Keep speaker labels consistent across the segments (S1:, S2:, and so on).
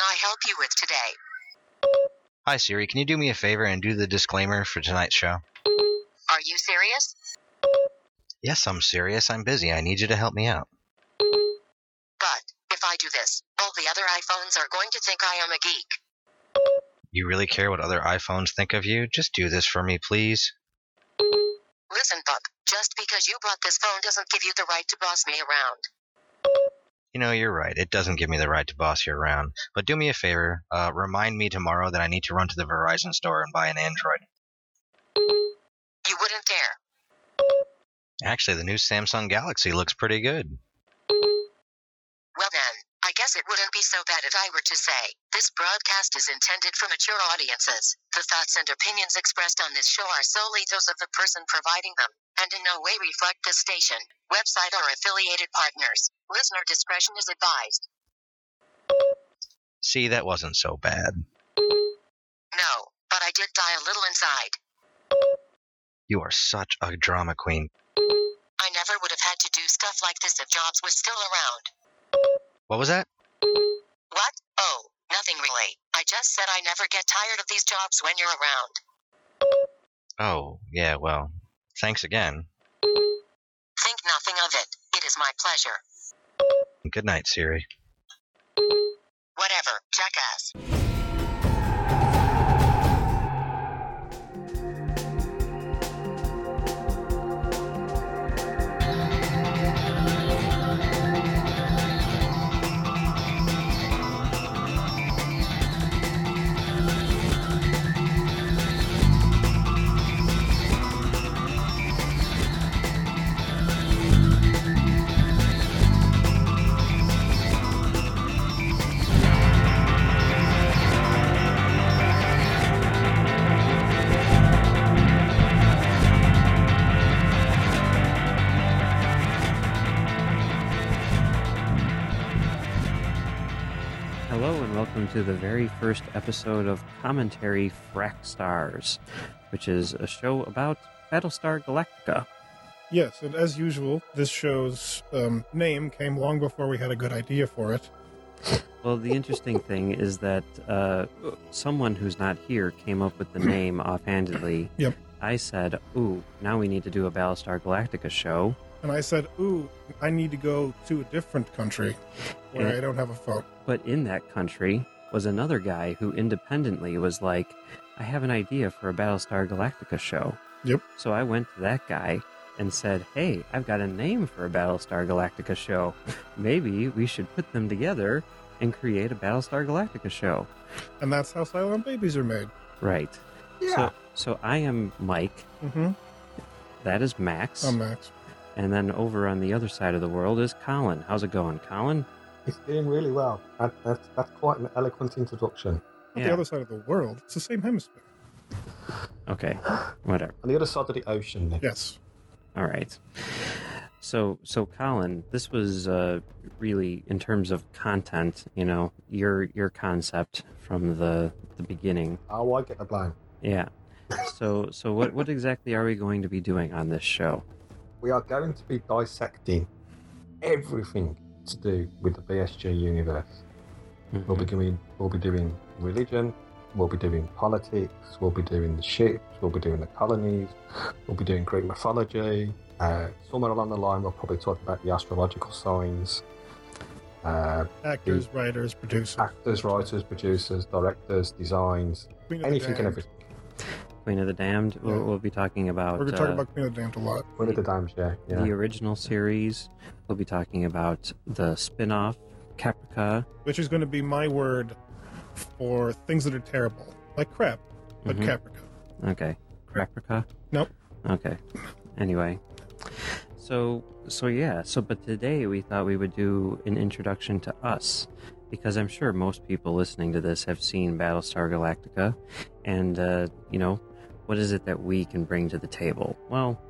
S1: I help you with today?
S2: Hi Siri, can you do me a favor and do the disclaimer for tonight's show?
S1: Are you serious?
S2: Yes, I'm serious. I'm busy. I need you to help me out.
S1: But, if I do this, all the other iPhones are going to think I am a geek.
S2: You really care what other iPhones think of you? Just do this for me, please.
S1: Listen, Buck, just because you bought this phone doesn't give you the right to boss me around.
S2: You know, you're right. It doesn't give me the right to boss you around. But do me a favor. Uh, remind me tomorrow that I need to run to the Verizon store and buy an Android.
S1: You wouldn't dare.
S2: Actually, the new Samsung Galaxy looks pretty good.
S1: Well then, I guess it wouldn't be so bad if I were to say, this broadcast is intended for mature audiences. The thoughts and opinions expressed on this show are solely those of the person providing them, and in no way reflect the station, website, or affiliated partners. Listener discretion is advised.
S2: See, that wasn't so bad.
S1: No, but I did die a little inside.
S2: You are such a drama queen.
S1: I never would have had to do stuff like this if Jobs was still around.
S2: What was that?
S1: What? Oh, nothing really. I just said I never get tired of these jobs when you're around.
S2: Oh, yeah, well, thanks again.
S1: Think nothing of it. It is my pleasure.
S2: Good night, Siri.
S1: Whatever, jackass.
S3: Hello and welcome to the very first episode of Commentary Frack Stars, which is a show about Battlestar Galactica.
S4: Yes, and as usual, this show's um, name came long before we had a good idea for it.
S3: Well, the interesting thing is that uh, someone who's not here came up with the name offhandedly.
S4: Yep.
S3: I said, "Ooh, now we need to do a Battlestar Galactica show."
S4: And I said, Ooh, I need to go to a different country where
S3: Yeah.
S4: I don't have a phone.
S3: But in that country was another guy who independently was like, I have an idea for a Battlestar Galactica show.
S4: Yep.
S3: So I went to that guy and said, Hey, I've got a name for a Battlestar Galactica show. Maybe we should put them together and create a Battlestar Galactica show.
S4: And that's how silent babies are made.
S3: Right. So, so I am Mike.
S4: Mm-hmm.
S3: That is Max.
S4: I'm Max.
S3: and then over on the other side of the world is Colin. How's it going, Colin?
S5: It's doing really well. That, that's, that's quite an eloquent introduction.
S4: Not the other side of the world. It's the same hemisphere.
S3: Okay. Whatever.
S5: On the other side of the ocean, Nick.
S4: Yes.
S3: All right. So, so Colin, this was uh, really in terms of content. You know, your your concept from the the beginning.
S5: Oh, I get the blame.
S3: Yeah. So, so what what exactly are we going to be doing on this show?
S5: We are going to be dissecting everything to do with the BSG universe. We'll be doing, we'll be doing religion, we'll be doing politics, we'll be doing the ships, we'll be doing the colonies, we'll be doing Greek mythology. Uh, somewhere along the line, we'll probably talk about the astrological signs. Uh,
S4: Actors,
S3: Mm.
S4: writers, producers.
S3: Ah,
S5: actors, writers, producers, directors, designs,
S4: Queen of the
S5: anything and
S4: Damned.
S5: everything.
S3: Mm-hmm. Queen of the Damned. We'll,
S4: Yeah.
S3: we'll be talking about,
S4: We're going to talk
S3: uh,
S4: about Queen of the Damned a lot.
S5: One of the dimes, yeah. yeah.
S3: the original series. We'll be talking about the spin-off Caprica.
S4: Which is going to be my word for things that are terrible. Like crap, but
S3: Mhm.
S4: Caprica.
S3: Okay. Caprica?
S4: Nope.
S3: Okay. Anyway. So so yeah, so but today we thought we would do an introduction to us because I'm sure most people listening to this have seen Battlestar Galactica and uh, you know, what is it that we can bring to the table? Well,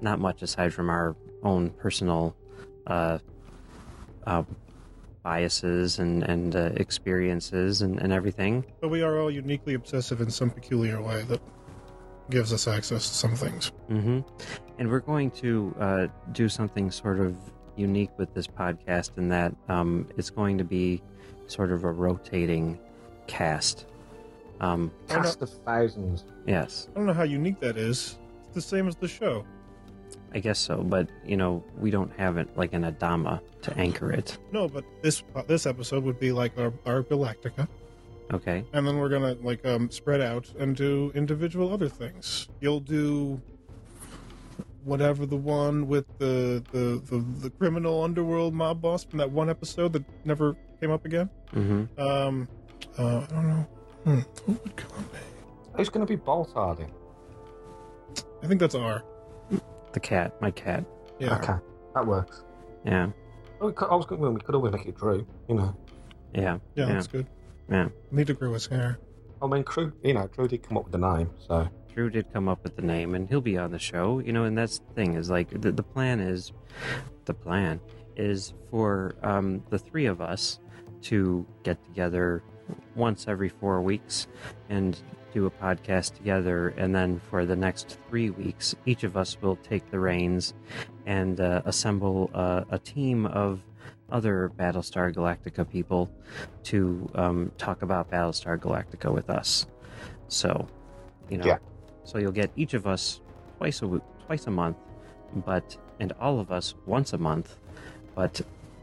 S3: not much aside from our own personal uh, uh, biases and and uh, experiences and, and everything.
S4: But we are all uniquely obsessive in some peculiar way that gives us access to some things.
S3: Mm-hmm. And we're going to uh, do something sort of unique with this podcast in that um, it's going to be sort of a rotating cast. Um,
S5: Cast of thousands.
S3: yes,
S4: I don't know how unique that is. It's the same as the show.
S3: I guess so. But you know, we don't have it like an Adama to anchor it.
S4: No, but this uh, this episode would be like our, our Galactica,
S3: Okay.
S4: and then we're gonna like um, spread out and do individual other things. You'll do whatever the one with the the the, the criminal underworld mob boss from that one episode that never came up again.
S3: Mm-hmm.
S4: Um, uh, I don't know. Hmm, who would come up?
S5: Who's going to be bolt harding?
S4: I think that's R.
S3: The cat, my cat.
S4: Yeah.
S5: Okay, that works.
S3: Yeah,
S5: Oh, we could, I was going to we could always make it Drew, you know.
S3: yeah. Yeah.
S4: Yeah, that's good.
S3: Yeah.
S4: Need to grow his hair.
S5: I mean, Crew, you know, Drew did come up with the name, so.
S3: Drew did come up with the name, and he'll be on the show. You know, and that's the thing is like the, the plan is, the plan is for um, the three of us to get together once every four weeks and do a podcast together, and then for the next three weeks, each of us will take the reins and uh, assemble uh, a team of other Battlestar Galactica people to um, talk about Battlestar Galactica with us. So, you know.
S5: Yeah.
S3: So you'll get each of us twice a w- twice a month, but and all of us once a month, but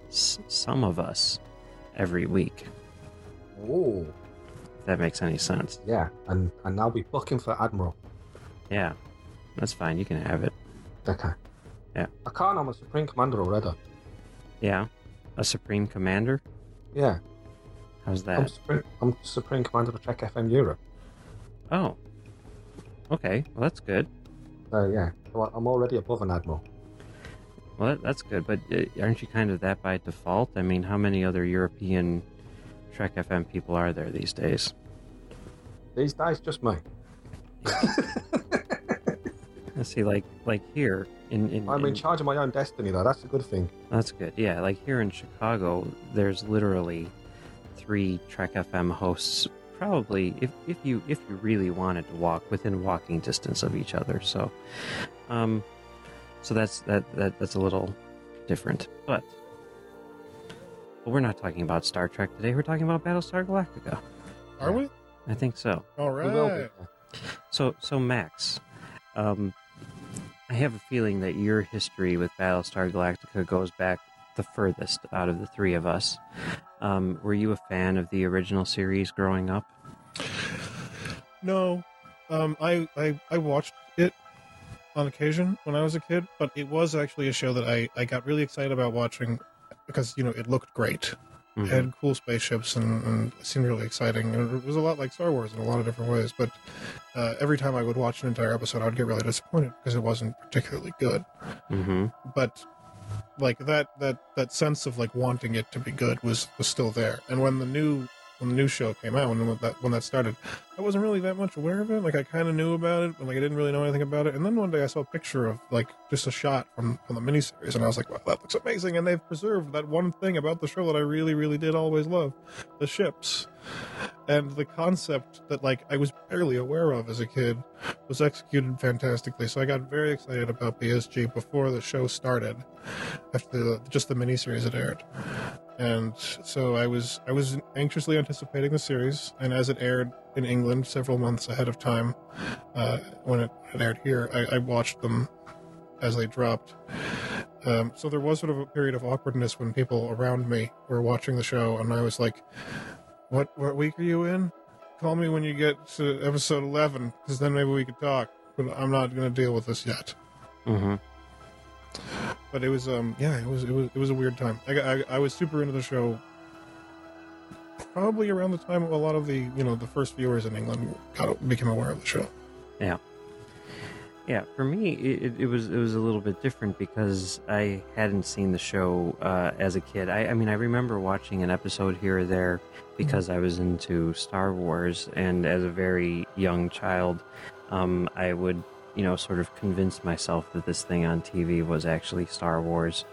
S3: s- some of us every week.
S5: Ooh.
S3: If that makes any sense.
S5: Yeah, and, and I'll be looking for Admiral.
S3: Yeah, that's fine. You can have it.
S5: Okay.
S3: Yeah.
S5: I can't, I'm a Supreme Commander already.
S3: Yeah, a supreme commander.
S5: Yeah.
S3: How's
S5: I'm
S3: that?
S5: Supreme, I'm Supreme Commander of Czech FM Europe.
S3: Oh, okay. Well, that's good.
S5: So, yeah. So I- I'm already above an Admiral.
S3: Well, that, that's good. But uh, aren't you kind of that by default? I mean, how many other European Trek FM people are there these days?
S5: These days, just me.
S3: Let's see, like like here in in,
S5: I'm in
S3: in
S5: charge of my own destiny, though. That's a good thing.
S3: That's good. Yeah, like here in Chicago, there's literally three Trek FM hosts. Probably, if, if you if you really wanted to walk within walking distance of each other, so um, so that's that, that that's a little different. But but we're not talking about Star Trek today. We're talking about Battlestar Galactica.
S4: Are we?
S3: I think so.
S4: All
S5: We will be.
S4: right.
S3: So, so Max, um, I have a feeling that your history with Battlestar Galactica goes back the furthest out of the three of us. Um, were you a fan of the original series growing up?
S4: No, um, I, I I watched it on occasion when I was a kid, but it was actually a show that I I got really excited about watching because you know it looked great. It
S3: Mhm.
S4: had cool spaceships and, and it seemed really exciting. And it was a lot like Star Wars in a lot of different ways. But uh, every time I would watch an entire episode, I would get really disappointed because it wasn't particularly good.
S3: Mhm.
S4: But like that that that sense of like wanting it to be good was was still there. And when the new when the new show came out, when that when that started, I wasn't really that much aware of it. Like I kind of knew about it, but like I didn't really know anything about it. And then one day I saw a picture of like just a shot from from the miniseries, and I was like, wow, that looks amazing. And they've preserved that one thing about the show that I really, really did always love, the ships, and the concept that like I was barely aware of as a kid was executed fantastically. So I got very excited about BSG before the show started, after the, just the miniseries had aired and so I was I was anxiously anticipating the series, and as it aired in England several months ahead of time, uh, when it, it aired here, I, I watched them as they dropped. Um, so there was sort of a period of awkwardness when people around me were watching the show, and I was like, "What what week are you in? Call me when you get to episode eleven, because then maybe we could talk." But I'm not going to deal with this yet
S3: Mhm.
S4: but it was um yeah it was it was it was a weird time I, got- I i was super into the show probably around the time a lot of the you know the first viewers in england got became aware of the show
S3: Yeah, for me, it, it- it was it was a little bit different because I hadn't seen the show uh, as a kid. I, I mean, I remember watching an episode here or there because I was into Star Wars, and as a very young child, um, I would you know sort of convince myself that this thing on TV was actually Star Wars.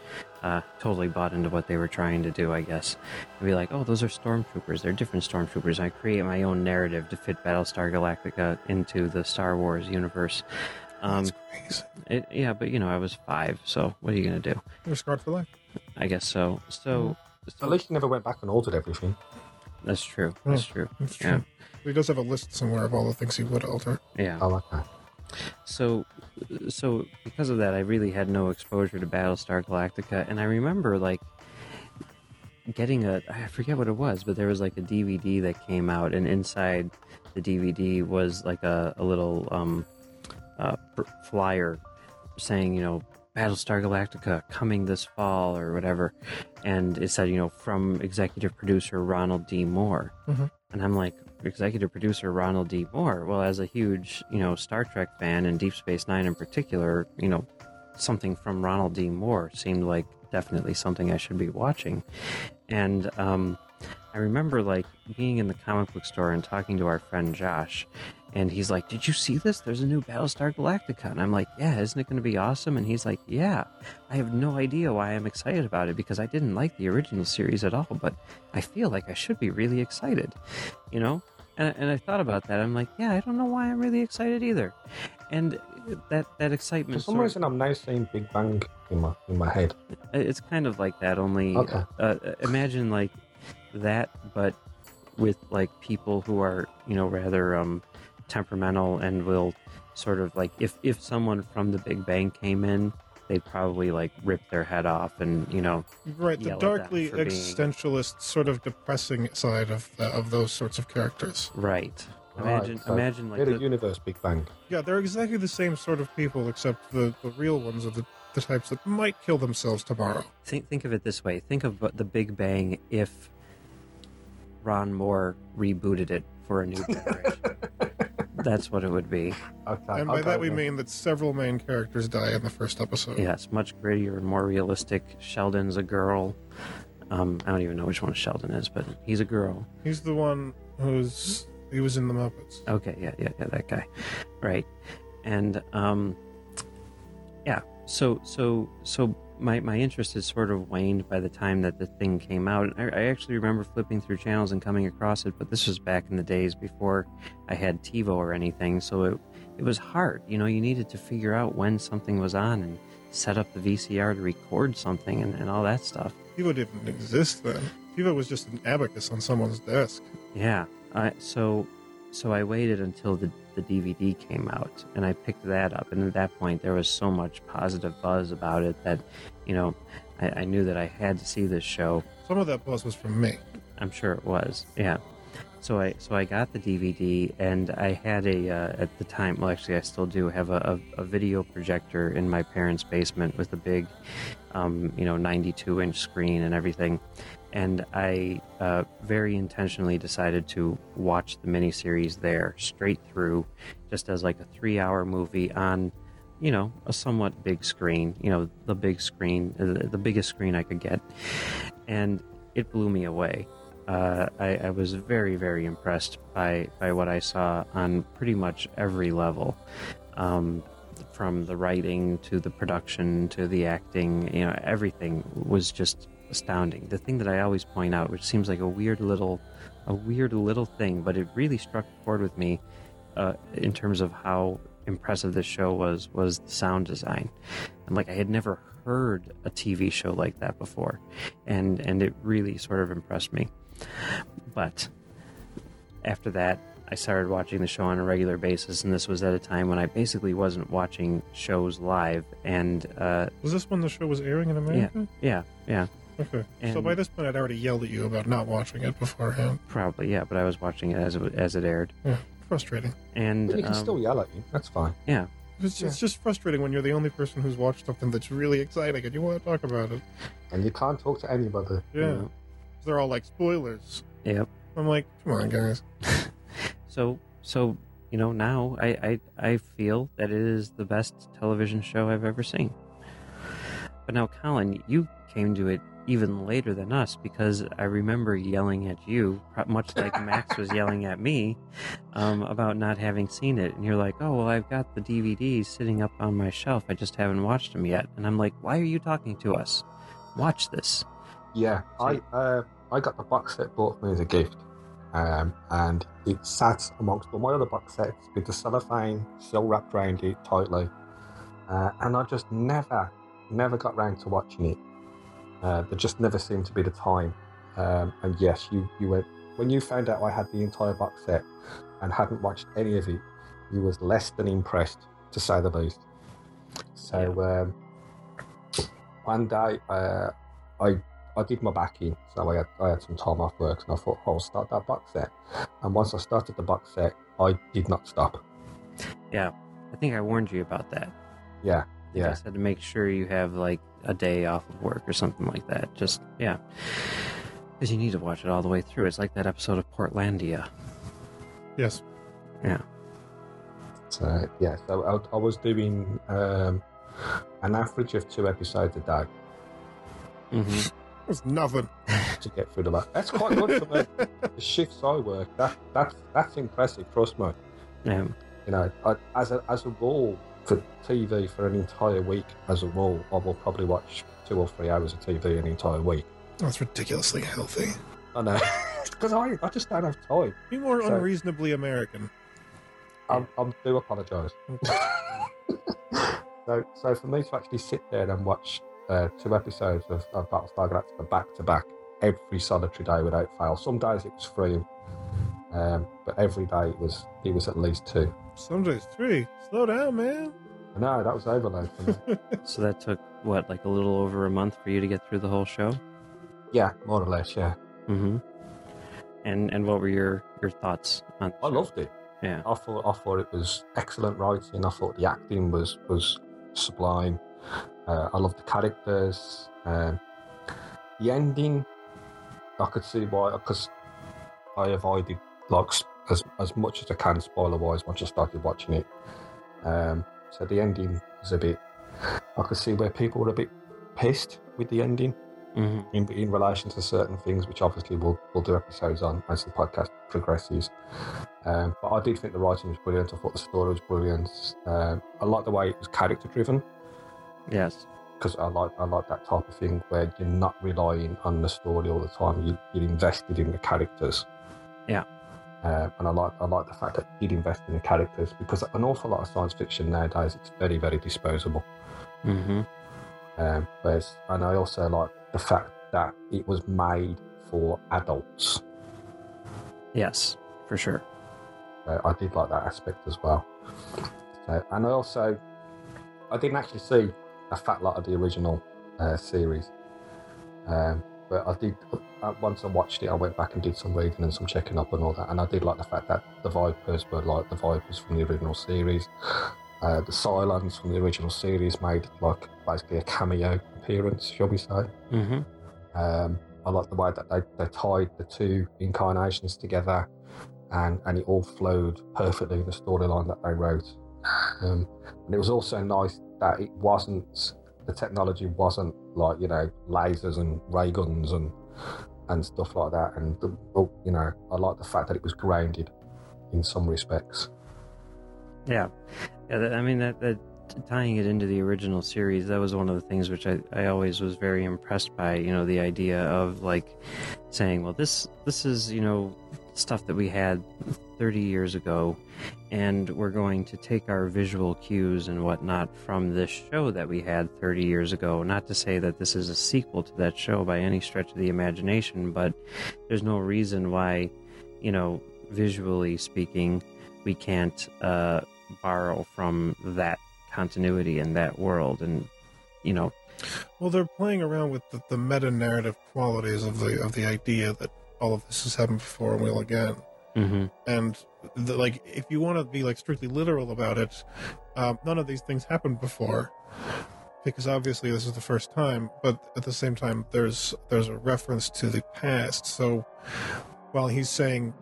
S3: Uh, totally bought into what they were trying to do, I guess. And be like, oh, those are stormtroopers. They're different stormtroopers. I create my own narrative to fit Battlestar Galactica into the Star Wars universe. Um,
S4: That's crazy.
S3: it, yeah, but you know, I was five, so what are you gonna do?
S4: you're scarred for life
S3: I guess so. So
S5: Mm. At least he never went back and altered everything.
S3: That's true. That's true.
S4: That's
S3: Yeah.
S4: true. He does have a list somewhere of all the things he would alter.
S3: Yeah.
S5: I like that.
S3: So, so because of that, I really had no exposure to Battlestar Galactica, and I remember like getting a I forget what it was, but there was like a DVD that came out, and inside the DVD was like a, a little um, uh, pr- flyer saying, you know, Battlestar Galactica coming this fall or whatever, and it said, you know, from executive producer Ronald D. Moore,
S4: Mhm.
S3: and I'm like executive producer Ronald D. Moore. Well, as a huge, you know, Star Trek fan and Deep Space Nine in particular, you know, something from Ronald D. Moore seemed like definitely something I should be watching. And um, I remember like being in the comic book store and talking to our friend Josh, and he's like, "Did you see this? There's a new Battlestar Galactica." And I'm like, "Yeah, isn't it going to be awesome?" And he's like, "Yeah, I have no idea why I'm excited about it because I didn't like the original series at all, but I feel like I should be really excited." you know and, and i thought about that i'm like yeah i don't know why i'm really excited either and that that
S5: For
S3: excitement
S5: some
S3: sort-
S5: reason, I'm now seeing Big Bang in my in my head.
S3: it's kind of like that only
S5: Okay.
S3: uh, imagine like that but with like people who are you know rather um temperamental and will sort of like if if someone from the big bang came in they'd probably like rip their head off and you know
S4: Right, the
S3: Yell at them
S4: darkly
S3: for being-
S4: existentialist, sort of depressing side of the, of those sorts of characters.
S3: right
S5: Right,
S3: imagine
S5: so
S3: imagine like
S5: Made
S3: the-
S5: Oh, a universe Big Bang.
S4: Yeah, they're exactly the same sort of people, except the, the real ones are the, the types that might kill themselves tomorrow.
S3: Think think of it this way. Think of what the Big Bang if Ron Moore rebooted it for a new generation. That's what it would be.
S5: Okay.
S4: and by
S5: okay,
S4: that we
S5: yeah.
S4: mean that several main characters die in the first episode.
S3: Yes, much grittier and more realistic. Sheldon's a girl. Um, I don't even know which one Sheldon is, but he's a girl.
S4: He's the one who's he was in the Muppets.
S3: Okay, yeah, yeah, yeah, that guy, right? And um, yeah. So so so my my interest has sort of waned by the time that the thing came out. I, I actually remember flipping through channels and coming across it, but this was back in the days before I had TiVo or anything, so it it was hard. You know, you needed to figure out when something was on and set up the VCR to record something and, and all that stuff.
S4: Tivo didn't exist then. Tivo was just an abacus on someone's desk.
S3: Yeah. I, so, so I waited until the, the DVD came out, and I picked that up. And at that point, there was so much positive buzz about it that, you know, I, I knew that I had to see this show.
S4: Some of that buzz was from me.
S3: I'm sure it was. Yeah. So I so I got the DVD, and I had a uh, at the time. Well, actually, I still do have a, a, a video projector in my parents' basement with a big, um, you know, 92 inch screen and everything. And I uh, very intentionally decided to watch the miniseries there straight through, just as like a three hour movie on, you know, a somewhat big screen. You know, the big screen, the, the biggest screen I could get, and it blew me away uh, I, I was very, very impressed by, by what I saw on pretty much every level, um, from the writing to the production to the acting. You know, everything was just astounding. The thing that I always point out, which seems like a weird little, a weird little thing, but it really struck a chord with me uh, in terms of how impressive this show was, was the sound design. And like I had never heard a TV show like that before, and and it really sort of impressed me. But after that, I started watching the show on a regular basis, and this was at a time when I basically wasn't watching shows live. And uh,
S4: Was this when the show was airing in America?
S3: yeah, yeah,
S4: Okay. so
S3: And-
S4: by this point, I'd already yelled at you about not watching it beforehand.
S3: probably yeah, but I was watching it as it, as it aired,
S4: Frustrating.
S3: and
S5: But you can
S3: um,
S5: still yell at you. That's fine.
S4: It's,
S5: Yeah.
S4: it's just frustrating when you're the only person who's watched something that's really exciting and you want to talk about it.
S5: And you can't talk to anybody.
S4: Yeah.
S3: yeah.
S4: They're all like spoilers.
S3: Yep.
S4: I'm like, come on, guys.
S3: So so you know now I, I I feel that it is the best television show I've ever seen. But now Colin, you came to it even later than us because I remember yelling at you, pro- much like Max was yelling at me, um, about not having seen it. And you're like, "Oh well, I've got the DVDs sitting up on my shelf. I just haven't watched them yet." And I'm like, "Why are you talking to us? Watch this."
S5: Yeah, I uh, I got the box set bought for me as a gift, um, and it sat amongst all my other box sets with the cellophane still wrapped around it tightly, uh, and I just never, never got round to watching it. Uh, there just never seemed to be the time. Um, and yes, you, you went when you found out I had the entire box set and hadn't watched any of it. You was less than impressed, to say the least. So um, one day, uh, I I did my back in, so I had, I had some time off work, and I thought "Oh, I'll start that box set. And once I started the box set, I did not stop.
S3: I think I warned you about that.
S5: Yeah,
S3: I
S5: yeah.
S3: said to make sure you have like a day off of work or something like that. Just yeah, because you need to watch it all the way through. It's like that episode of Portlandia.
S4: Yes.
S5: So yeah, so I, I was doing um, an average of two episodes a day
S3: Mm-hmm.
S4: It's nothing.
S5: to get through the box. That's quite good for me. the shifts I work. That that's that's impressive. Trust me.
S3: Yeah.
S5: You know, I, as a as a rule for TV for an entire week, as a rule, I will probably watch two or three hours of TV an entire week.
S4: That's ridiculously healthy.
S5: I know because I I just don't have time.
S4: Be more
S5: So-
S4: unreasonably American.
S5: I'm, I'm do apologise. so, so for me to actually sit there and watch uh, two episodes of, of Battlestar Galactica back to back every solitary day without fail. Some days it was three, um, but every day it was it was at least two.
S4: Some days three. Slow down, man.
S5: No, that was overload for me.
S3: So that took what like a little over a month for you to get through the whole show.
S5: yeah, more or less. Yeah,
S3: Mm-hmm. And and what were your your thoughts on? the
S5: I
S3: show?
S5: loved it.
S3: Yeah.
S5: I thought I thought it was excellent writing. I thought the acting was was sublime. Uh, I loved the characters. Um, the ending, I could see why because I avoided like s- as as much as I can spoiler wise once I started watching it. Um, so the ending was a bit. I could see where people were a bit pissed with the ending
S3: Mm-hmm.
S5: in, in relation to certain things, which obviously we'll, we'll do episodes on as the podcast progresses. Um, but I did think the writing was brilliant. I thought the story was brilliant. Um, I like the way it was character driven
S3: Yes.
S5: because I like I like that type of thing where you're not relying on the story all the time. You, you're invested in the characters.
S3: Yeah.
S5: Uh, and I like I like the fact that you'd invest in the characters because an awful lot of science fiction nowadays it's very very disposable.
S3: Mm-hmm.
S5: Um, whereas, and I also like the fact that it was made for adults.
S3: Yes, for sure.
S5: So I did like that aspect as well. So, and I also, I didn't actually see a fat lot of the original uh, series, um, but I did. Uh, once I watched it, I went back and did some reading and some checking up and all that. And I did like the fact that the Vipers were like the Vipers from the original series. Uh, the Cylons from the original series made like basically a cameo appearance, shall we say?
S3: Mm-hmm.
S5: Um, I like the way that they, they tied the two incarnations together and, and it all flowed perfectly in the storyline that they wrote. Um, and it was also nice that it wasn't, the technology wasn't like, you know, lasers and ray guns and, and stuff like that. And, the, well, you know, I like the fact that it was grounded in some respects.
S3: Yeah, yeah. That, I mean, that, that tying it into the original series, that was one of the things which I, I always was very impressed by. You know, the idea of like saying, well, this this is you know stuff that we had 30 years ago, and we're going to take our visual cues and whatnot from this show that we had 30 years ago. Not to say that this is a sequel to that show by any stretch of the imagination, but there's no reason why, you know, visually speaking. We can't uh, borrow from that continuity and that world and you know
S4: Well, they're playing around with the, the meta narrative qualities of the of the idea that all of this has happened before and will again.
S3: mm-hmm.
S4: And the, like, if you want to be like strictly literal about it, um, none of these things happened before, because obviously this is the first time. But at the same time, there's there's a reference to the past. So while he's saying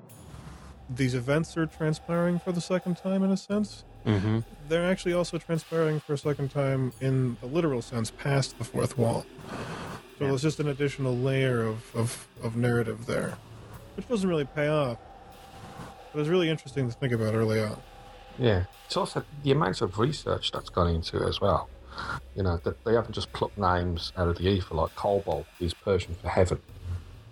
S4: these events are transpiring for the second time, in a sense,
S3: Mm-hmm.
S4: they're actually also transpiring for a second time in the literal sense past the fourth wall. So
S3: Yeah.
S4: there's just an additional layer of, of, of narrative there, which doesn't really pay off. But it's really interesting to think about early on.
S5: Yeah. It's also the amount of research that's gone into it as well. You know, that they haven't just plucked names out of the ether like Cobalt is Persian for heaven.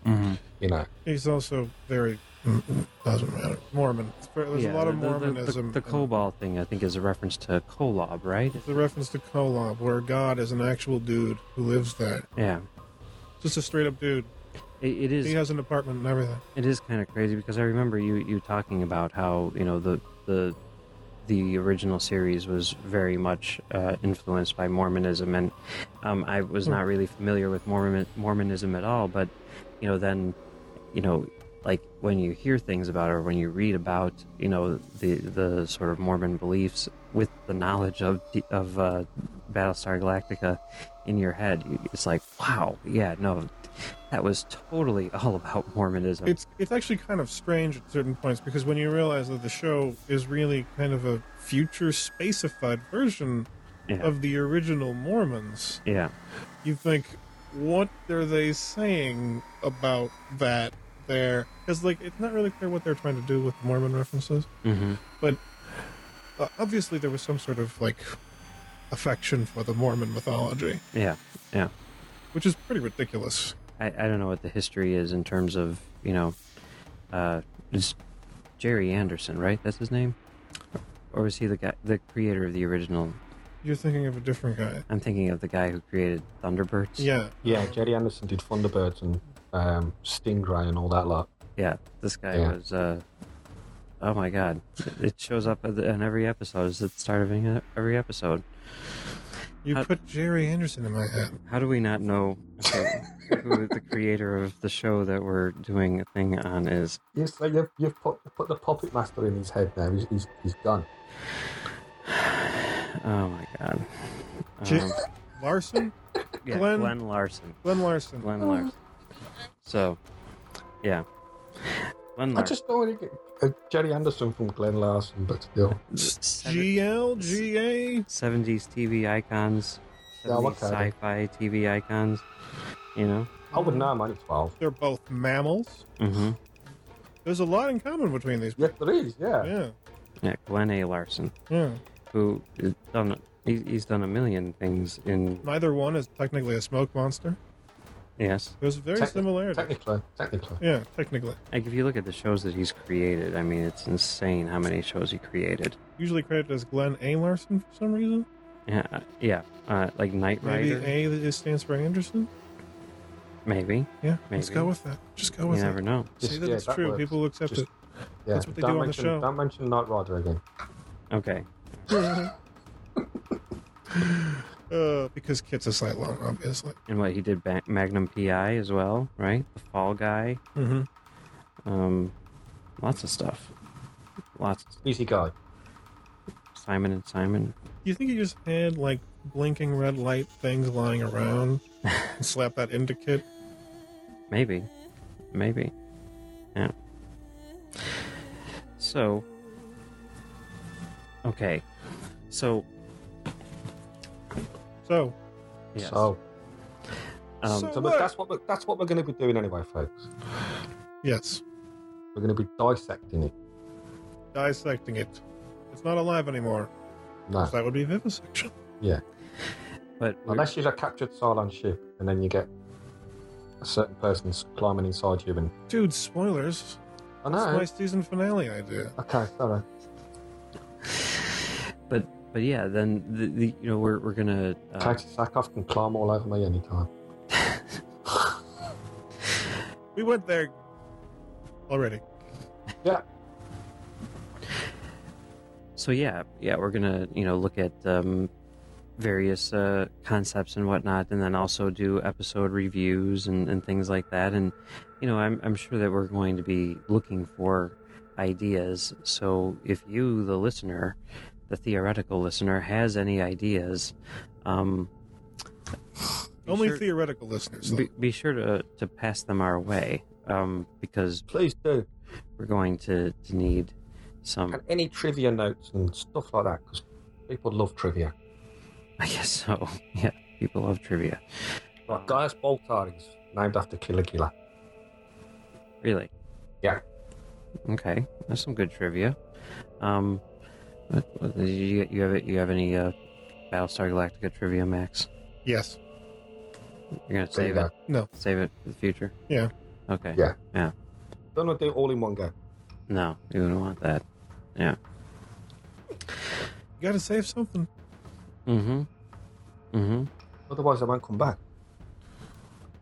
S3: Mm-hmm.
S5: you know.
S4: He's also very, mm, mm, doesn't matter, Mormon. It's very- There's a lot of
S3: the, the,
S4: Mormonism.
S3: the
S4: and
S3: cobalt thing i think is a reference to kolob right
S4: The reference to Kolob, where God is an actual dude who lives there.
S3: yeah
S4: Just a straight up dude.
S3: It, it is
S4: He has an apartment and everything.
S3: it is kind of crazy because I remember you you talking about how you know the the the original series was very much uh, influenced by Mormonism, and um, I was not really familiar with Mormon Mormonism at all. But you know, then you know, like when you hear things about it or when you read about you know the the sort of Mormon beliefs with the knowledge of D- of uh, Battlestar Galactica in your head, it's like, wow, yeah, no. That was totally all about Mormonism.
S4: It's it's actually kind of strange at certain points because when you realize that the show is really kind of a future spaceified version
S3: Yeah.
S4: of the original Mormons,
S3: yeah.
S4: you think, what are they saying about that there? Because like it's not really clear what they're trying to do with the Mormon references.
S3: Mm-hmm.
S4: Uh, obviously, there was some sort of like affection for the Mormon mythology,
S3: Yeah.
S4: which is pretty ridiculous.
S3: I, I don't know what the history is in terms of, you know, uh, it's Jerry Anderson, right? That's his name? Or was he the guy, the creator of the original?
S4: You're thinking of a different guy.
S3: I'm thinking of the guy who created Thunderbirds.
S4: Yeah,
S5: Yeah, Jerry Anderson did Thunderbirds and um, Stingray and all that lot.
S3: Yeah. This guy
S5: Yeah.
S3: was, uh, oh my God. It shows up at the, in every episode. It's at the start of any- every episode.
S4: you
S3: How-
S4: put Jerry Anderson in my head.
S3: How do we not know okay, who the creator of the show that we're doing a thing on is?
S5: You say you've, you've put you've put the puppet master in his head now. He's, he's, he's gone.
S3: Oh my God.
S4: J-
S3: Um,
S4: Larson?
S3: yeah,
S4: Glenn-
S3: Glenn Larson.
S4: Glenn Larson.
S3: Glenn Larson. So, yeah. Glenn
S5: I
S3: Larson.
S5: just don't want to get uh, Jerry Anderson from Glenn Larson, but still.
S4: GLGA?
S3: 70s TV icons. 70s
S5: Yeah, what kind
S3: sci
S5: of-
S3: fi TV icons. You know?
S5: I would know I'm only 12.
S4: They're both mammals.
S3: Mm-hmm.
S4: There's a lot in common between these.
S5: Yeah, there is, yeah.
S4: Yeah,
S3: Yeah, Glenn A. Larson,
S4: yeah.
S3: who has done, he- he's done a million things in.
S4: Neither one is technically a smoke monster.
S3: Yes.
S4: There's very
S5: Techni-
S4: similarity.
S5: Technically, technically.
S4: yeah, technically.
S3: Like, if you look at the shows that he's created, I mean, it's insane how many shows he created.
S4: Usually credited as Glenn A. Larson for some reason.
S3: Yeah. uh, Yeah. Uh, like Knight
S4: Maybe
S3: Rider.
S4: A that is- stands for Anderson.
S3: Maybe.
S4: Yeah, let's
S3: Maybe.
S4: go with that. Just go
S3: You
S4: with it.
S3: never know.
S4: Say
S5: Just-
S4: that
S5: yeah,
S4: it's
S5: that
S4: true.
S5: works.
S4: People will accept
S5: Just- Yeah.
S4: That's what they
S5: don't
S4: do on the
S5: mention,
S4: show.
S5: Don't mention Knight Rider again.
S3: Okay.
S4: it. uh, because Kit's a sight long, obviously.
S3: And what he did, ba- Magnum PI as well, right? The Fall Guy.
S4: Mm-hmm.
S3: Um, lots of stuff. Lots.
S5: Easy guy.
S3: Simon and Simon.
S4: You think he just had like blinking red light things lying around and slap that into Kit?
S3: Maybe. Maybe. Yeah. So. Okay. So.
S4: So,
S3: Yes.
S5: So,
S3: um,
S4: so-
S5: so
S4: Look.
S5: that's what we're, that's what we're going to be doing anyway, folks.
S4: yes,
S5: We're going to be dissecting it.
S4: dissecting it. It's not alive anymore.
S5: No,
S4: So that would be vivisection.
S3: but we're-
S5: unless you're a captured Cylon ship, and then you get a certain person's climbing inside you. And
S4: Dude, spoilers.
S5: I
S4: That's
S5: know.
S4: my season finale idea.
S5: Okay, sorry.
S3: but but yeah, then the, the you know we're we're gonna uh,
S5: Katie Sackhoff can climb all over me anytime.
S4: We went there already.
S3: so yeah yeah we're gonna you know look at um, various uh, concepts and whatnot and then also do episode reviews and, and things like that and you know I'm, I'm sure that we're going to be looking for ideas so if you the listener the theoretical listener has any ideas um, be
S4: Only
S3: sure-
S4: theoretical listeners. though.
S3: be, be sure to, to pass them our way um, because
S5: Please do.
S3: we're going to, to need some
S5: And any trivia notes and stuff like that, because people love trivia.
S3: I guess so yeah people love trivia
S5: Like Gaius Baltar is named after Caligula.
S3: Really?
S5: Yeah.
S3: Okay, that's some good trivia. Um, what, what- you, you have you have any uh, Battlestar Galactica trivia, Max?
S4: yes.
S3: You're gonna
S5: There
S3: save
S5: you go.
S3: it.
S4: No.
S3: Save it for the future.
S4: Yeah.
S3: Okay.
S5: Yeah. Don't wanna do it all in one go.
S3: No, you wouldn't want that.
S4: You gotta save something.
S3: Mm-hmm. Mm-hmm.
S5: Otherwise, I won't come back.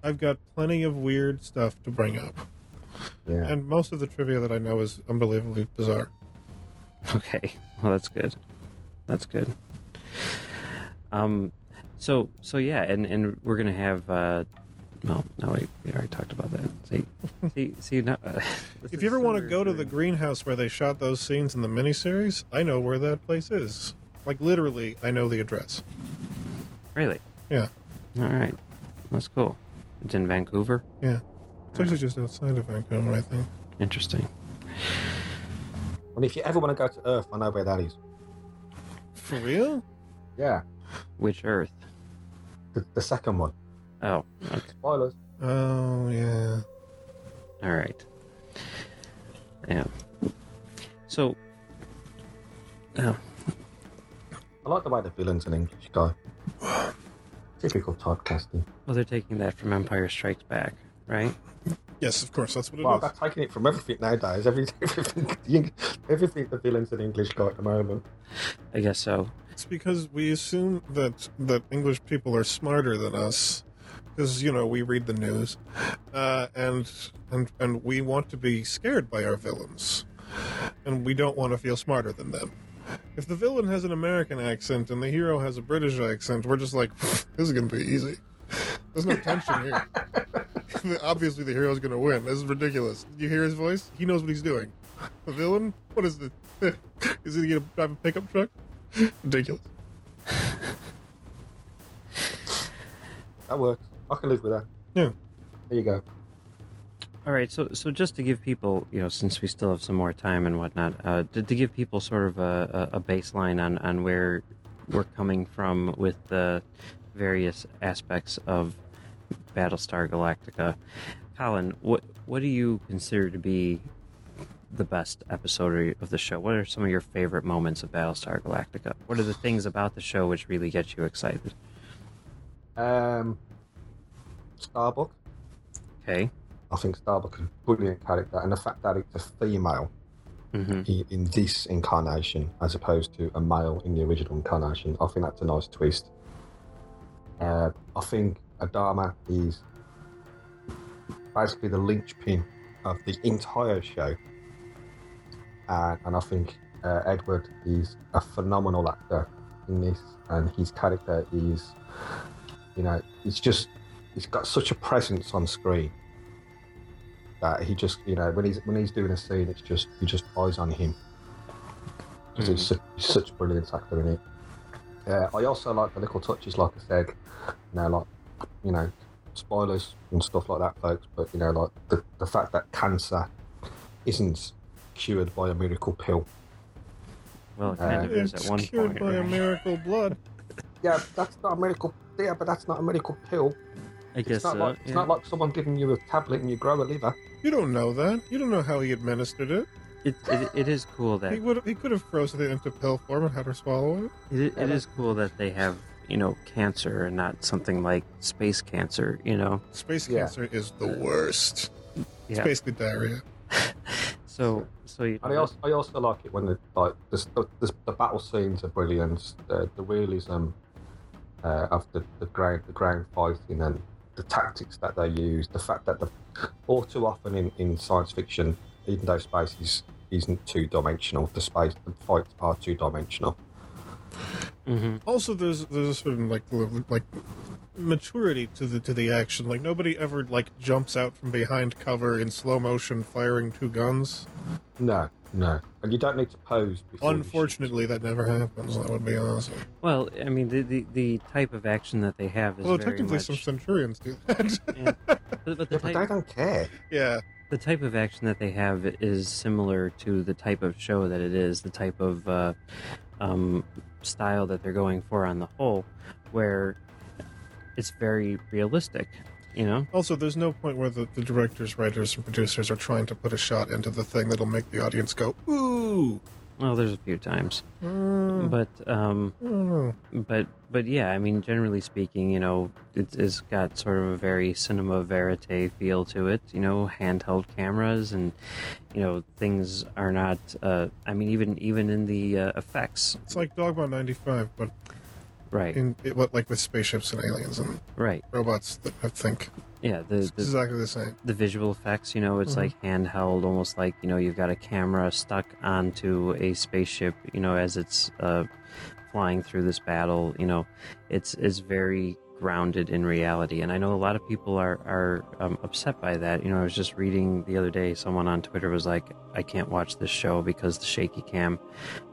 S4: I've got plenty of weird stuff to bring up,
S5: Yeah.
S4: and most of the trivia that I know is unbelievably bizarre.
S3: Okay. Well, that's good. That's good. Um, so so yeah, and and we're gonna have. Uh, no, no, wait, we already talked about that. See, see, see. No, this
S4: If
S3: is
S4: you ever
S3: so
S4: want to
S3: weird
S4: go to
S3: for
S4: the
S3: me.
S4: greenhouse where they shot those scenes in the miniseries, I know where that place is. Like literally, I know the address.
S3: really,
S4: Yeah,
S3: all right, that's cool. It's in Vancouver.
S4: yeah. It's actually just outside of Vancouver, I think.
S3: Interesting.
S5: And if you ever want to go to Earth, I know where that is.
S4: For real?
S5: Yeah.
S3: Which Earth?
S5: The, the second one.
S3: Oh, okay.
S5: Spoilers.
S4: Oh yeah.
S3: All right. Yeah. So. Oh,
S5: I like the way the villain's an English guy. Typical typecasting.
S3: well, they're taking that from Empire Strikes Back, right?
S4: Yes, of course. That's what it is.
S5: Well, that's taking it from everything nowadays. Every, everything, the, everything the villain's an English guy at the moment.
S3: I guess so.
S4: It's because we assume that that English people are smarter than us, because you know we read the news, uh, and and and we want to be scared by our villains, and we don't want to feel smarter than them. If the villain has an American accent and the hero has a British accent, we're just like, this is gonna be easy. There's no tension here. Obviously, the hero's gonna win. This is ridiculous. You hear his voice? He knows what he's doing. The villain? What is this? is he gonna drive a pickup truck? Ridiculous.
S5: That works. I can live with that.
S4: Yeah.
S5: There you go.
S3: All right, so so just to give people, you know, since we still have some more time and whatnot, uh, to, to give people sort of a, a a baseline on on where we're coming from with the various aspects of Battlestar Galactica. Colin, what what do you consider to be the best episode of the show? What are some of your favorite moments of Battlestar Galactica? What are the things about the show which really get you excited?
S5: Um, Starbuck.
S3: Okay.
S5: I think Starbuck is a brilliant character, and the fact that it's a female
S3: Mm-hmm.
S5: i- in this incarnation as opposed to a male in the original incarnation, I think that's a nice twist. Uh, I think Adama is basically the linchpin of the entire show, and, and I think uh, Edward is a phenomenal actor in this, and his character is, you know, it's just he's got such a presence on screen that he just you know when he's when he's doing a scene it's just you just eyes on him because he's, such, he's such a brilliant actor in it uh, i also like the little touches like i said you know like you know spoilers and stuff like that folks but you know like the, the fact that cancer isn't cured by a miracle pill
S3: Well, it kind
S5: Uh,
S3: of is at
S4: It's
S3: one
S4: cured
S3: point.
S4: by a
S3: right?
S4: miracle blood.
S5: yeah that's not a miracle yeah but that's not a miracle pill
S3: I guess
S5: it's not
S3: so.
S5: like it's
S3: yeah.
S5: not like someone giving you a tablet and you grow a liver
S4: You don't know that. You don't know how he administered it.
S3: It, it, it is cool that
S4: He
S3: it,
S4: would he could have frozen it into pill form and had her swallow it.
S3: it is cool that they have you know cancer and not something like space cancer. You know,
S4: Space
S5: Yeah.
S4: cancer is the worst. It's
S3: Yeah.
S4: basically diarrhea.
S3: so so you
S5: And I also, I also like it when the like the, the, the battle scenes are brilliant. The, the realism uh, of the, the ground the ground fighting and the tactics that they use. The fact that the all too often in, in science fiction, even though space is isn't two dimensional, the space the fights are two dimensional.
S3: Mhm.
S4: Also, there's there's a certain like l- like maturity to the to the action. Like nobody ever like jumps out from behind cover in slow motion firing two guns.
S5: No, no, and you don't need to pose. before you shoot.
S4: Unfortunately, that never happens. That would be awesome.
S3: well, I mean the, the the type of action that they have is
S4: Although
S3: very
S4: technically,
S3: much.
S4: some centurions do that.
S3: yeah. But, but the,
S5: Yeah, but they
S3: type,
S5: don't care.
S4: yeah,
S3: the type of action that they have is similar to the type of show that it is, the type of uh, um, style that they're going for on the whole, where it's very realistic. You know,
S4: Also, there's no point where the, the directors, writers, and producers are trying to put a shot into the thing that'll make the audience go, ooh.
S3: well, there's a few times,
S4: Mm,
S3: but um,
S4: I don't know.
S3: but but yeah, I mean, generally speaking, you know, it, it's got sort of a very cinema verite feel to it. You know, handheld cameras and you know things are not. Uh, I mean, even even in the uh, effects,
S4: It's like Dogma 95, but
S3: right,
S4: in it, what, like with spaceships and aliens and
S3: right,
S4: robots that I think.
S3: yeah, the,
S4: It's
S3: the
S4: exactly the same.
S3: the visual effects, you know, it's
S4: Mhm.
S3: like handheld, almost like you know you've got a camera stuck onto a spaceship, you know, as it's uh, flying through this battle. You know, it's is very grounded in reality, and I know a lot of people are are um, upset by that. You know, I was just reading the other day, someone on Twitter was like, "I can't watch this show because the shaky cam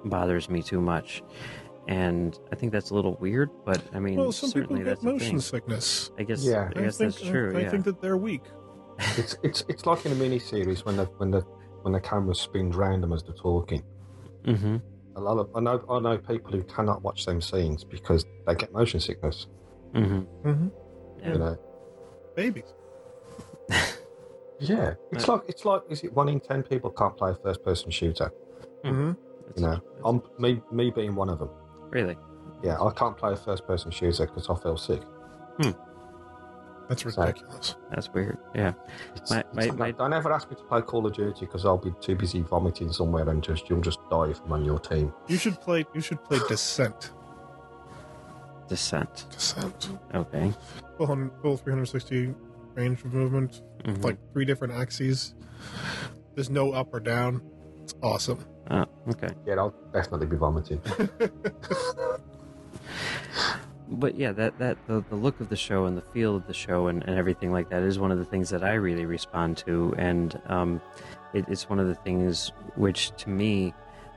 S3: bothers me too much." And I think that's a little weird, but I mean,
S4: well, some people
S3: certainly
S4: get
S3: that's a
S4: motion
S3: thing.
S4: sickness.
S3: I guess,
S5: Yeah.
S3: I guess
S4: think,
S3: that's true.
S4: I,
S3: yeah.
S4: think that they're weak.
S5: It's it's it's like in a mini series when the when the when the camera spins round them as they're talking.
S3: mm-hmm.
S5: A lot of I know I know people who cannot watch them scenes because they get motion sickness.
S3: Mm-hmm.
S4: Mm-hmm.
S5: You know.
S4: Babies.
S5: Yeah. It's like it's like is it one in ten people can't play a first person shooter?
S3: Hmm.
S4: Mm-hmm.
S5: You know. I'm me me being one of them.
S3: really.
S5: Yeah, I can't play a first person shooter because I feel sick.
S4: That's
S5: Sorry.
S4: ridiculous.
S3: That's weird. Yeah.
S5: It's,
S3: My-
S5: it's
S3: my-
S5: like,
S3: my-
S5: don't ever ask me to play Call of Duty because I'll be too busy vomiting somewhere and just you'll just die if I'm on your team.
S4: You should play. You should play Descent.
S3: Descent.
S4: Descent.
S3: Okay.
S4: Full, hun- full 360 range of movement,
S3: Mhm.
S4: like three different axes. There's no up or down. It's awesome.
S3: Oh, okay.
S5: Yeah, I'll definitely be vomiting.
S3: But yeah, that that the, the look of the show and the feel of the show and, and everything like that is one of the things that I really respond to, and um, it, it's one of the things which to me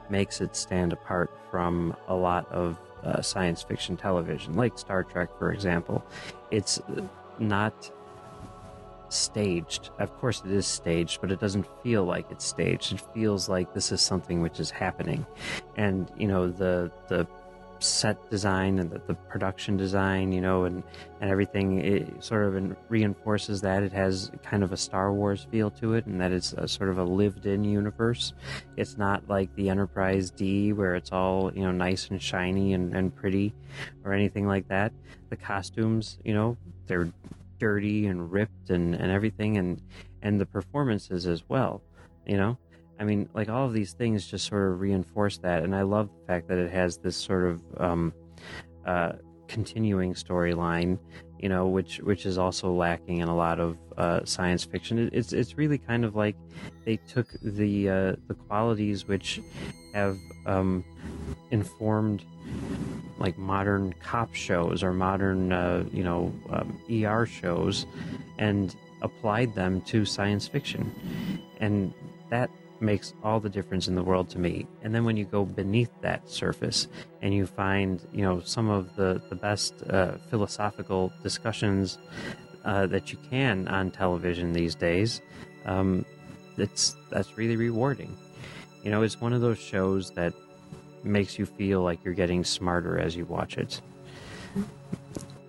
S3: makes it stand apart from a lot of uh, science fiction television, like Star Trek, for example. It's not staged. Of course, it is staged, but it doesn't feel like it's staged. It feels like this is something which is happening, and you know the the set design and the, the production design, you know, and and everything it sort of en- reinforces that it has kind of a Star Wars feel to it, and that it's a, sort of a lived-in universe. It's not like the Enterprise D, where it's all you know nice and shiny and, and pretty, or anything like that. The costumes, you know, they're dirty and ripped and and everything, and and the performances as well, you know. I mean, like all of these things just sort of reinforce that, and I love the fact that it has this sort of um, uh, continuing storyline, you know, which which is also lacking in a lot of uh, science fiction. It, it's it's really kind of like they took the uh, the qualities which have um, informed like modern cop shows or modern uh, you know um, ER shows, and applied them to science fiction, and that makes all the difference in the world to me. And then when you go beneath that surface and you find, you know, some of the the best uh, philosophical discussions uh, that you can on television these days, um, it's that's really rewarding. You know, it's one of those shows that makes you feel like you're getting smarter as you watch it.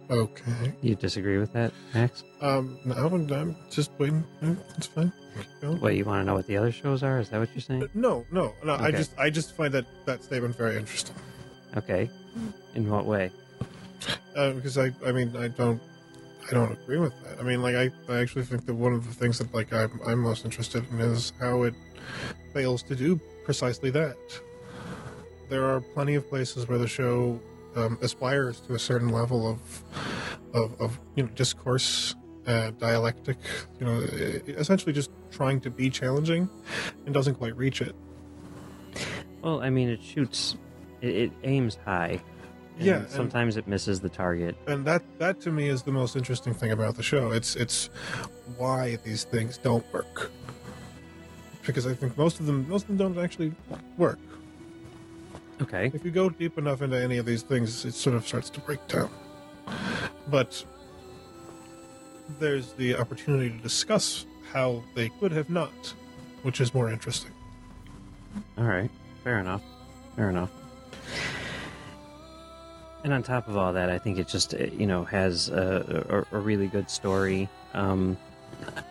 S4: Okay.
S3: You disagree with that, Max?
S4: Um, no, I'm, I'm just waiting. No, It's fine. Keep going.
S3: What you want to know what the other shows are? Is that what you're saying?
S4: No, no, no. I
S3: Okay.
S4: just, I just find that that statement very interesting.
S3: Okay. In what way?
S4: Uh, because I, I mean, I don't, I don't agree with that. I mean, like, I, I actually think that one of the things that, like, I'm, I'm most interested in is how it fails to do precisely that. There are plenty of places where the show um, aspires to a certain level of, of, of you know, discourse, uh, dialectic, you know, e- essentially just trying to be challenging, and doesn't quite reach it.
S3: Well, I mean, it shoots, it, it aims high. and
S4: Yeah, and-
S3: Sometimes it misses the target.
S4: and that that to me is the most interesting thing about the show it's it's why these things don't work because i think most of them most of them don't actually work
S3: Okay.
S4: if you go deep enough into any of these things it sort of starts to break down but there's the opportunity to discuss how they could have not which is more interesting
S3: All right. Fair enough. Fair enough. And on top of all that, I think it just uh, you know has a, a, a really good story, um,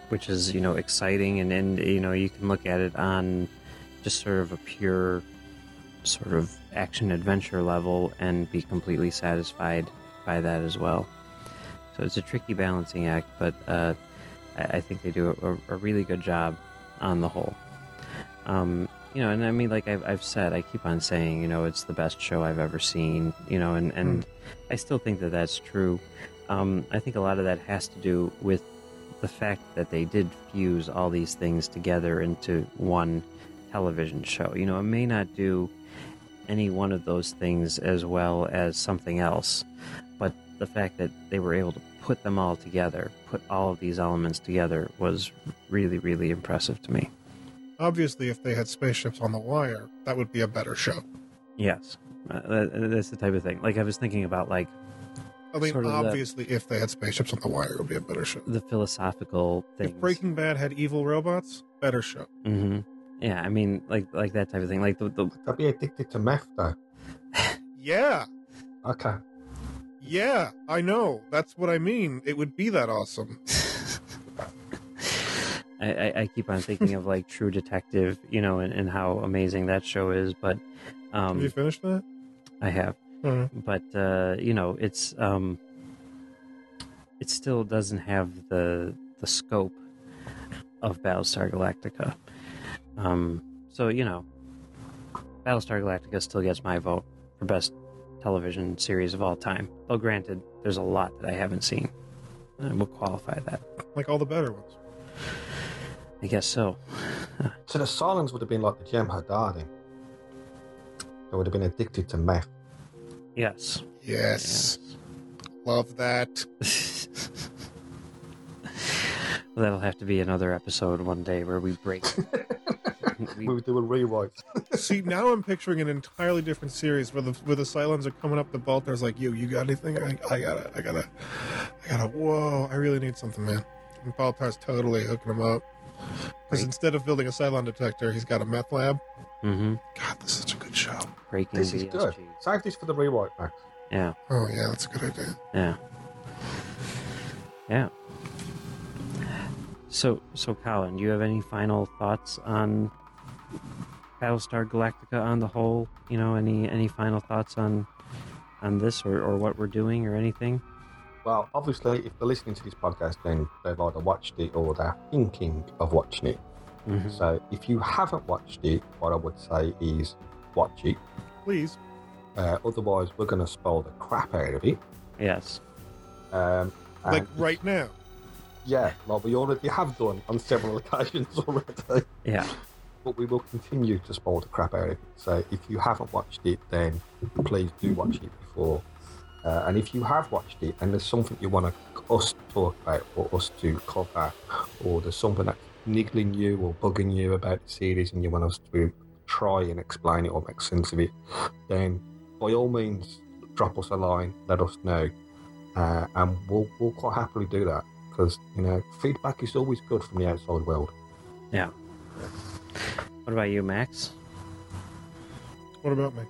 S3: which is you know exciting, and and you know you can look at it on just sort of a pure sort of action adventure level and be completely satisfied by that as well. So it's a tricky balancing act, but uh, I, I think they do a, a really good job on the whole. Um, you know and i mean like I've, I've said i keep on saying you know it's the best show i've ever seen you know and and i still think that that's true um, i think a lot of that has to do with the fact that they did fuse all these things together into one television show. You know, it may not do any one of those things as well as something else, but the fact that they were able to put them all together, put all of these elements together, was really, really impressive to me.
S4: Obviously, if they had spaceships on the wire, that would be a better show.
S3: Yes, uh, that- that's the type of thing. Like I was thinking about like
S4: I mean,
S3: Sort of the-
S4: obviously, if they had spaceships on the wire, it would be a better show.
S3: the philosophical things.
S4: If Breaking Bad had evil robots, better show.
S3: hmm Yeah, I mean, like like that type of thing. Like the, the
S5: I'd be addicted to meth though.
S4: Yeah,
S5: Okay.
S4: yeah, I know. That's what I mean. It would be that awesome.
S3: I, I, I keep on thinking of like True Detective, you know, and, and how amazing that show is. But
S4: Have you
S3: um,
S4: finished that?
S3: I have,
S4: All right.
S3: but uh, you know, it's um, it still doesn't have the the scope of Battlestar Galactica. Um, so you know, Battlestar Galactica still gets my vote for best television series of all time. Though granted, there's a lot that I haven't seen. I will qualify that.
S4: Like all the better ones.
S3: I guess so.
S5: So the Silence would have been like the Gem Haddadi. They would have been addicted to meth.
S3: Yes.
S4: Yes, love that.
S3: Well, that'll have to be another episode one day where we break.
S5: We
S3: we,
S5: would do a rewrite.
S4: See, now I'm picturing an entirely different series where the where the Cylons are coming up the Baltars like, "Yo, you got anything? I, I gotta, I gotta, I gotta. Whoa, I really need something, man." And Baltar's totally hooking him up because
S3: Right.
S4: instead of building a Cylon detector, he's got a meth lab.
S3: hmm
S4: God, this is such a good show.
S3: breaking
S5: This is
S3: BSG.
S5: good. Save this for the rewrite, Max.
S3: Yeah,
S4: Oh yeah, that's a good idea.
S3: yeah, yeah. So, so Colin, do you have any final thoughts on Battlestar Galactica on the whole? You know, any any final thoughts on on this or, or what we're doing or anything?
S5: Well, obviously, if they're listening to this podcast, then they've either watched it or they're thinking of watching it.
S3: Mhm.
S5: So if you haven't watched it, what I would say is watch it.
S4: Please,
S5: Uh, otherwise, we're going to spoil the crap out of it.
S3: Yes.
S5: Um, and
S4: like right now.
S5: Yeah, well, we already have done on several occasions already.
S3: Yeah.
S5: But we will continue to spoil the crap out of it. So if you haven't watched it, then please do watch it before. Uh, and if you have watched it and there's something you want to, us to talk about or us to cover, or there's something that's niggling you or bugging you about the series and you want us to try and explain it or make sense of it, then by all means, drop us a line, let us know. Uh, and we'll, we'll quite happily do that because, you know, feedback is always good from the outside world.
S3: What about you, Max?
S4: What about me?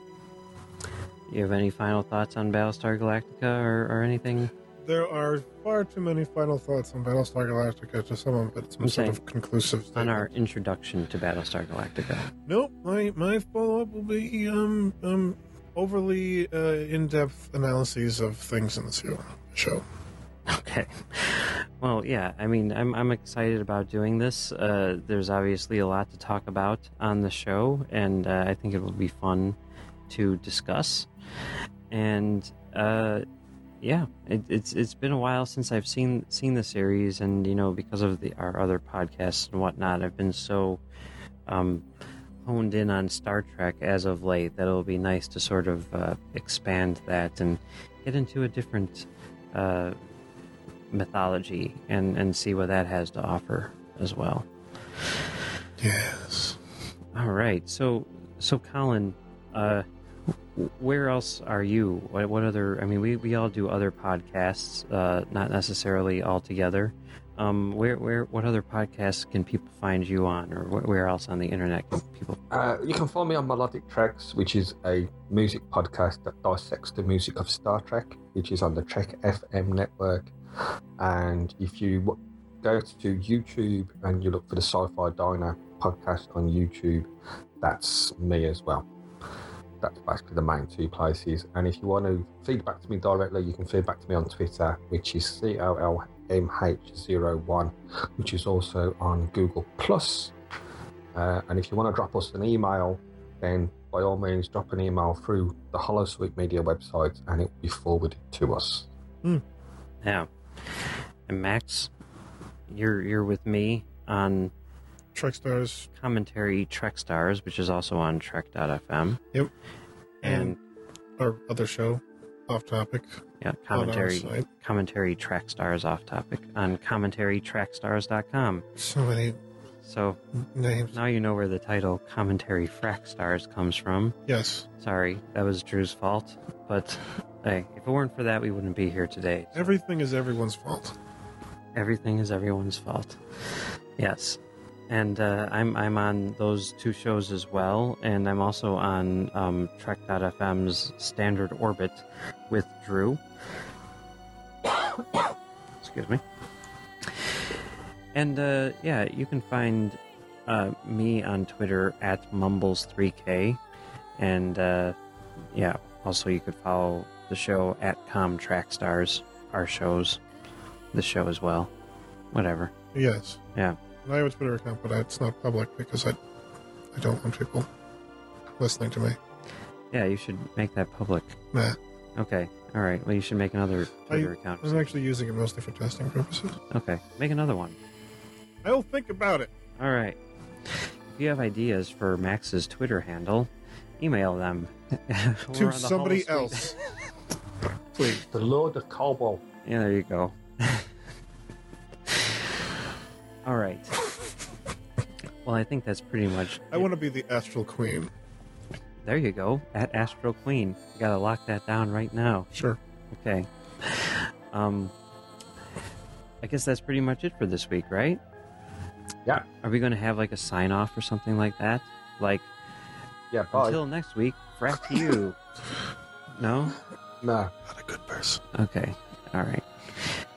S3: You have any final thoughts on Battlestar Galactica or, or anything?
S4: There are far too many final thoughts on Battlestar Galactica to someone, but some
S3: I'm
S4: sort
S3: saying
S4: of conclusive.
S3: On
S4: statement.
S3: our introduction to Battlestar Galactica.
S4: Nope. My my follow up will be um um overly uh, in depth analyses of things in the show. Show.
S3: Okay. Well, yeah. I mean, I'm I'm excited about doing this. Uh, there's obviously a lot to talk about on the show, and uh, I think it will be fun to discuss. And uh, yeah, it, it's it's been a while since I've seen seen the series, and you know, because of the our other podcasts and whatnot, I've been so um, honed in on Star Trek as of late that it'll be nice to sort of uh, expand that and get into a different. Uh, mythology and and see what that has to offer as well.
S4: Yes.
S3: All right, so so Colin, uh, w- where else are you? What, what other? I mean, we, we all do other podcasts, uh, not necessarily all together. Um, where where what other podcasts can people find you on, or wh- where else on the internet can people?
S5: Uh, you can find me on Melodic Tracks, which is a music podcast that dissects the music of Star Trek, which is on the Trek FM network. And if you w- go to YouTube and you look for the Sci Fi Diner podcast on YouTube, that's me as well. That's basically the main two places. And if you want to feed back to me directly, you can feed back to me on Twitter, which is CLLMH01, which is also on Google Plus. Uh, and if you want to drop us an email, then by all means, drop an email through the Hollow Suite Media website and it will be forwarded to us.
S3: Yeah, and Max, you're you're with me on
S4: Trek Stars.
S3: commentary Trek Stars, which is also on Trek.fm.
S4: Yep.
S3: And
S4: Our other show, off topic.
S3: yeah,
S4: on our
S3: commentary
S4: site.
S3: commentary Trek Stars off topic on commentarytrackstars.com.
S4: So many
S3: So
S4: names.
S3: now you know where the title commentary Frack Stars comes from.
S4: Yes.
S3: Sorry, that was Drew's fault. But hey, if it weren't for that, we wouldn't be here today. So
S4: Everything is everyone's fault.
S3: everything is everyone's fault. Yes, and uh, I'm I'm on those two shows as well, and I'm also on um, Trek.fm's Standard Orbit with Drew. Excuse me. And uh, yeah, you can find uh, me on Twitter at mumbles3k, and uh, yeah, also you could follow the show at comtrackstars, our shows, the show as well, whatever.
S4: Yes.
S3: Yeah.
S4: And I have a Twitter account, but it's not public because I, I don't want people listening to me.
S3: Yeah, you should make that public.
S4: Nah.
S3: Okay. All right. Well, you should make another Twitter account.
S4: I'm actually using it mostly for testing purposes.
S3: Okay. Make another one.
S4: I'll think about it.
S3: All right. If you have ideas for Max's Twitter handle, email them We're on
S4: to
S3: the
S4: somebody
S3: Hollow Suite.
S4: else. Please.
S5: The Lord of Cobalt.
S3: Yeah, there you go. All right. Well, I think that's pretty much.
S4: I
S3: it.
S4: want to be the astral queen.
S3: There you go. At Astro Queen. You gotta lock that down right now.
S4: Sure.
S3: Okay. Um, I guess that's pretty much it for this week, right?
S5: Yeah.
S3: Are we going to have like a sign off or something like that? Like
S5: Yeah, bye.
S3: until next week, frack you. no.
S5: no.
S4: Not a good person.
S3: Okay. All right.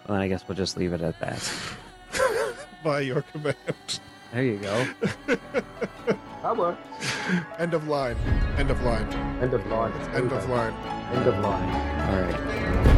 S3: Well, then I guess we'll just leave it at that.
S4: By your command.
S3: There you go.
S5: That works.
S4: End of line. End of line.
S5: End of line.
S4: End of line.
S5: End of line.
S3: All right.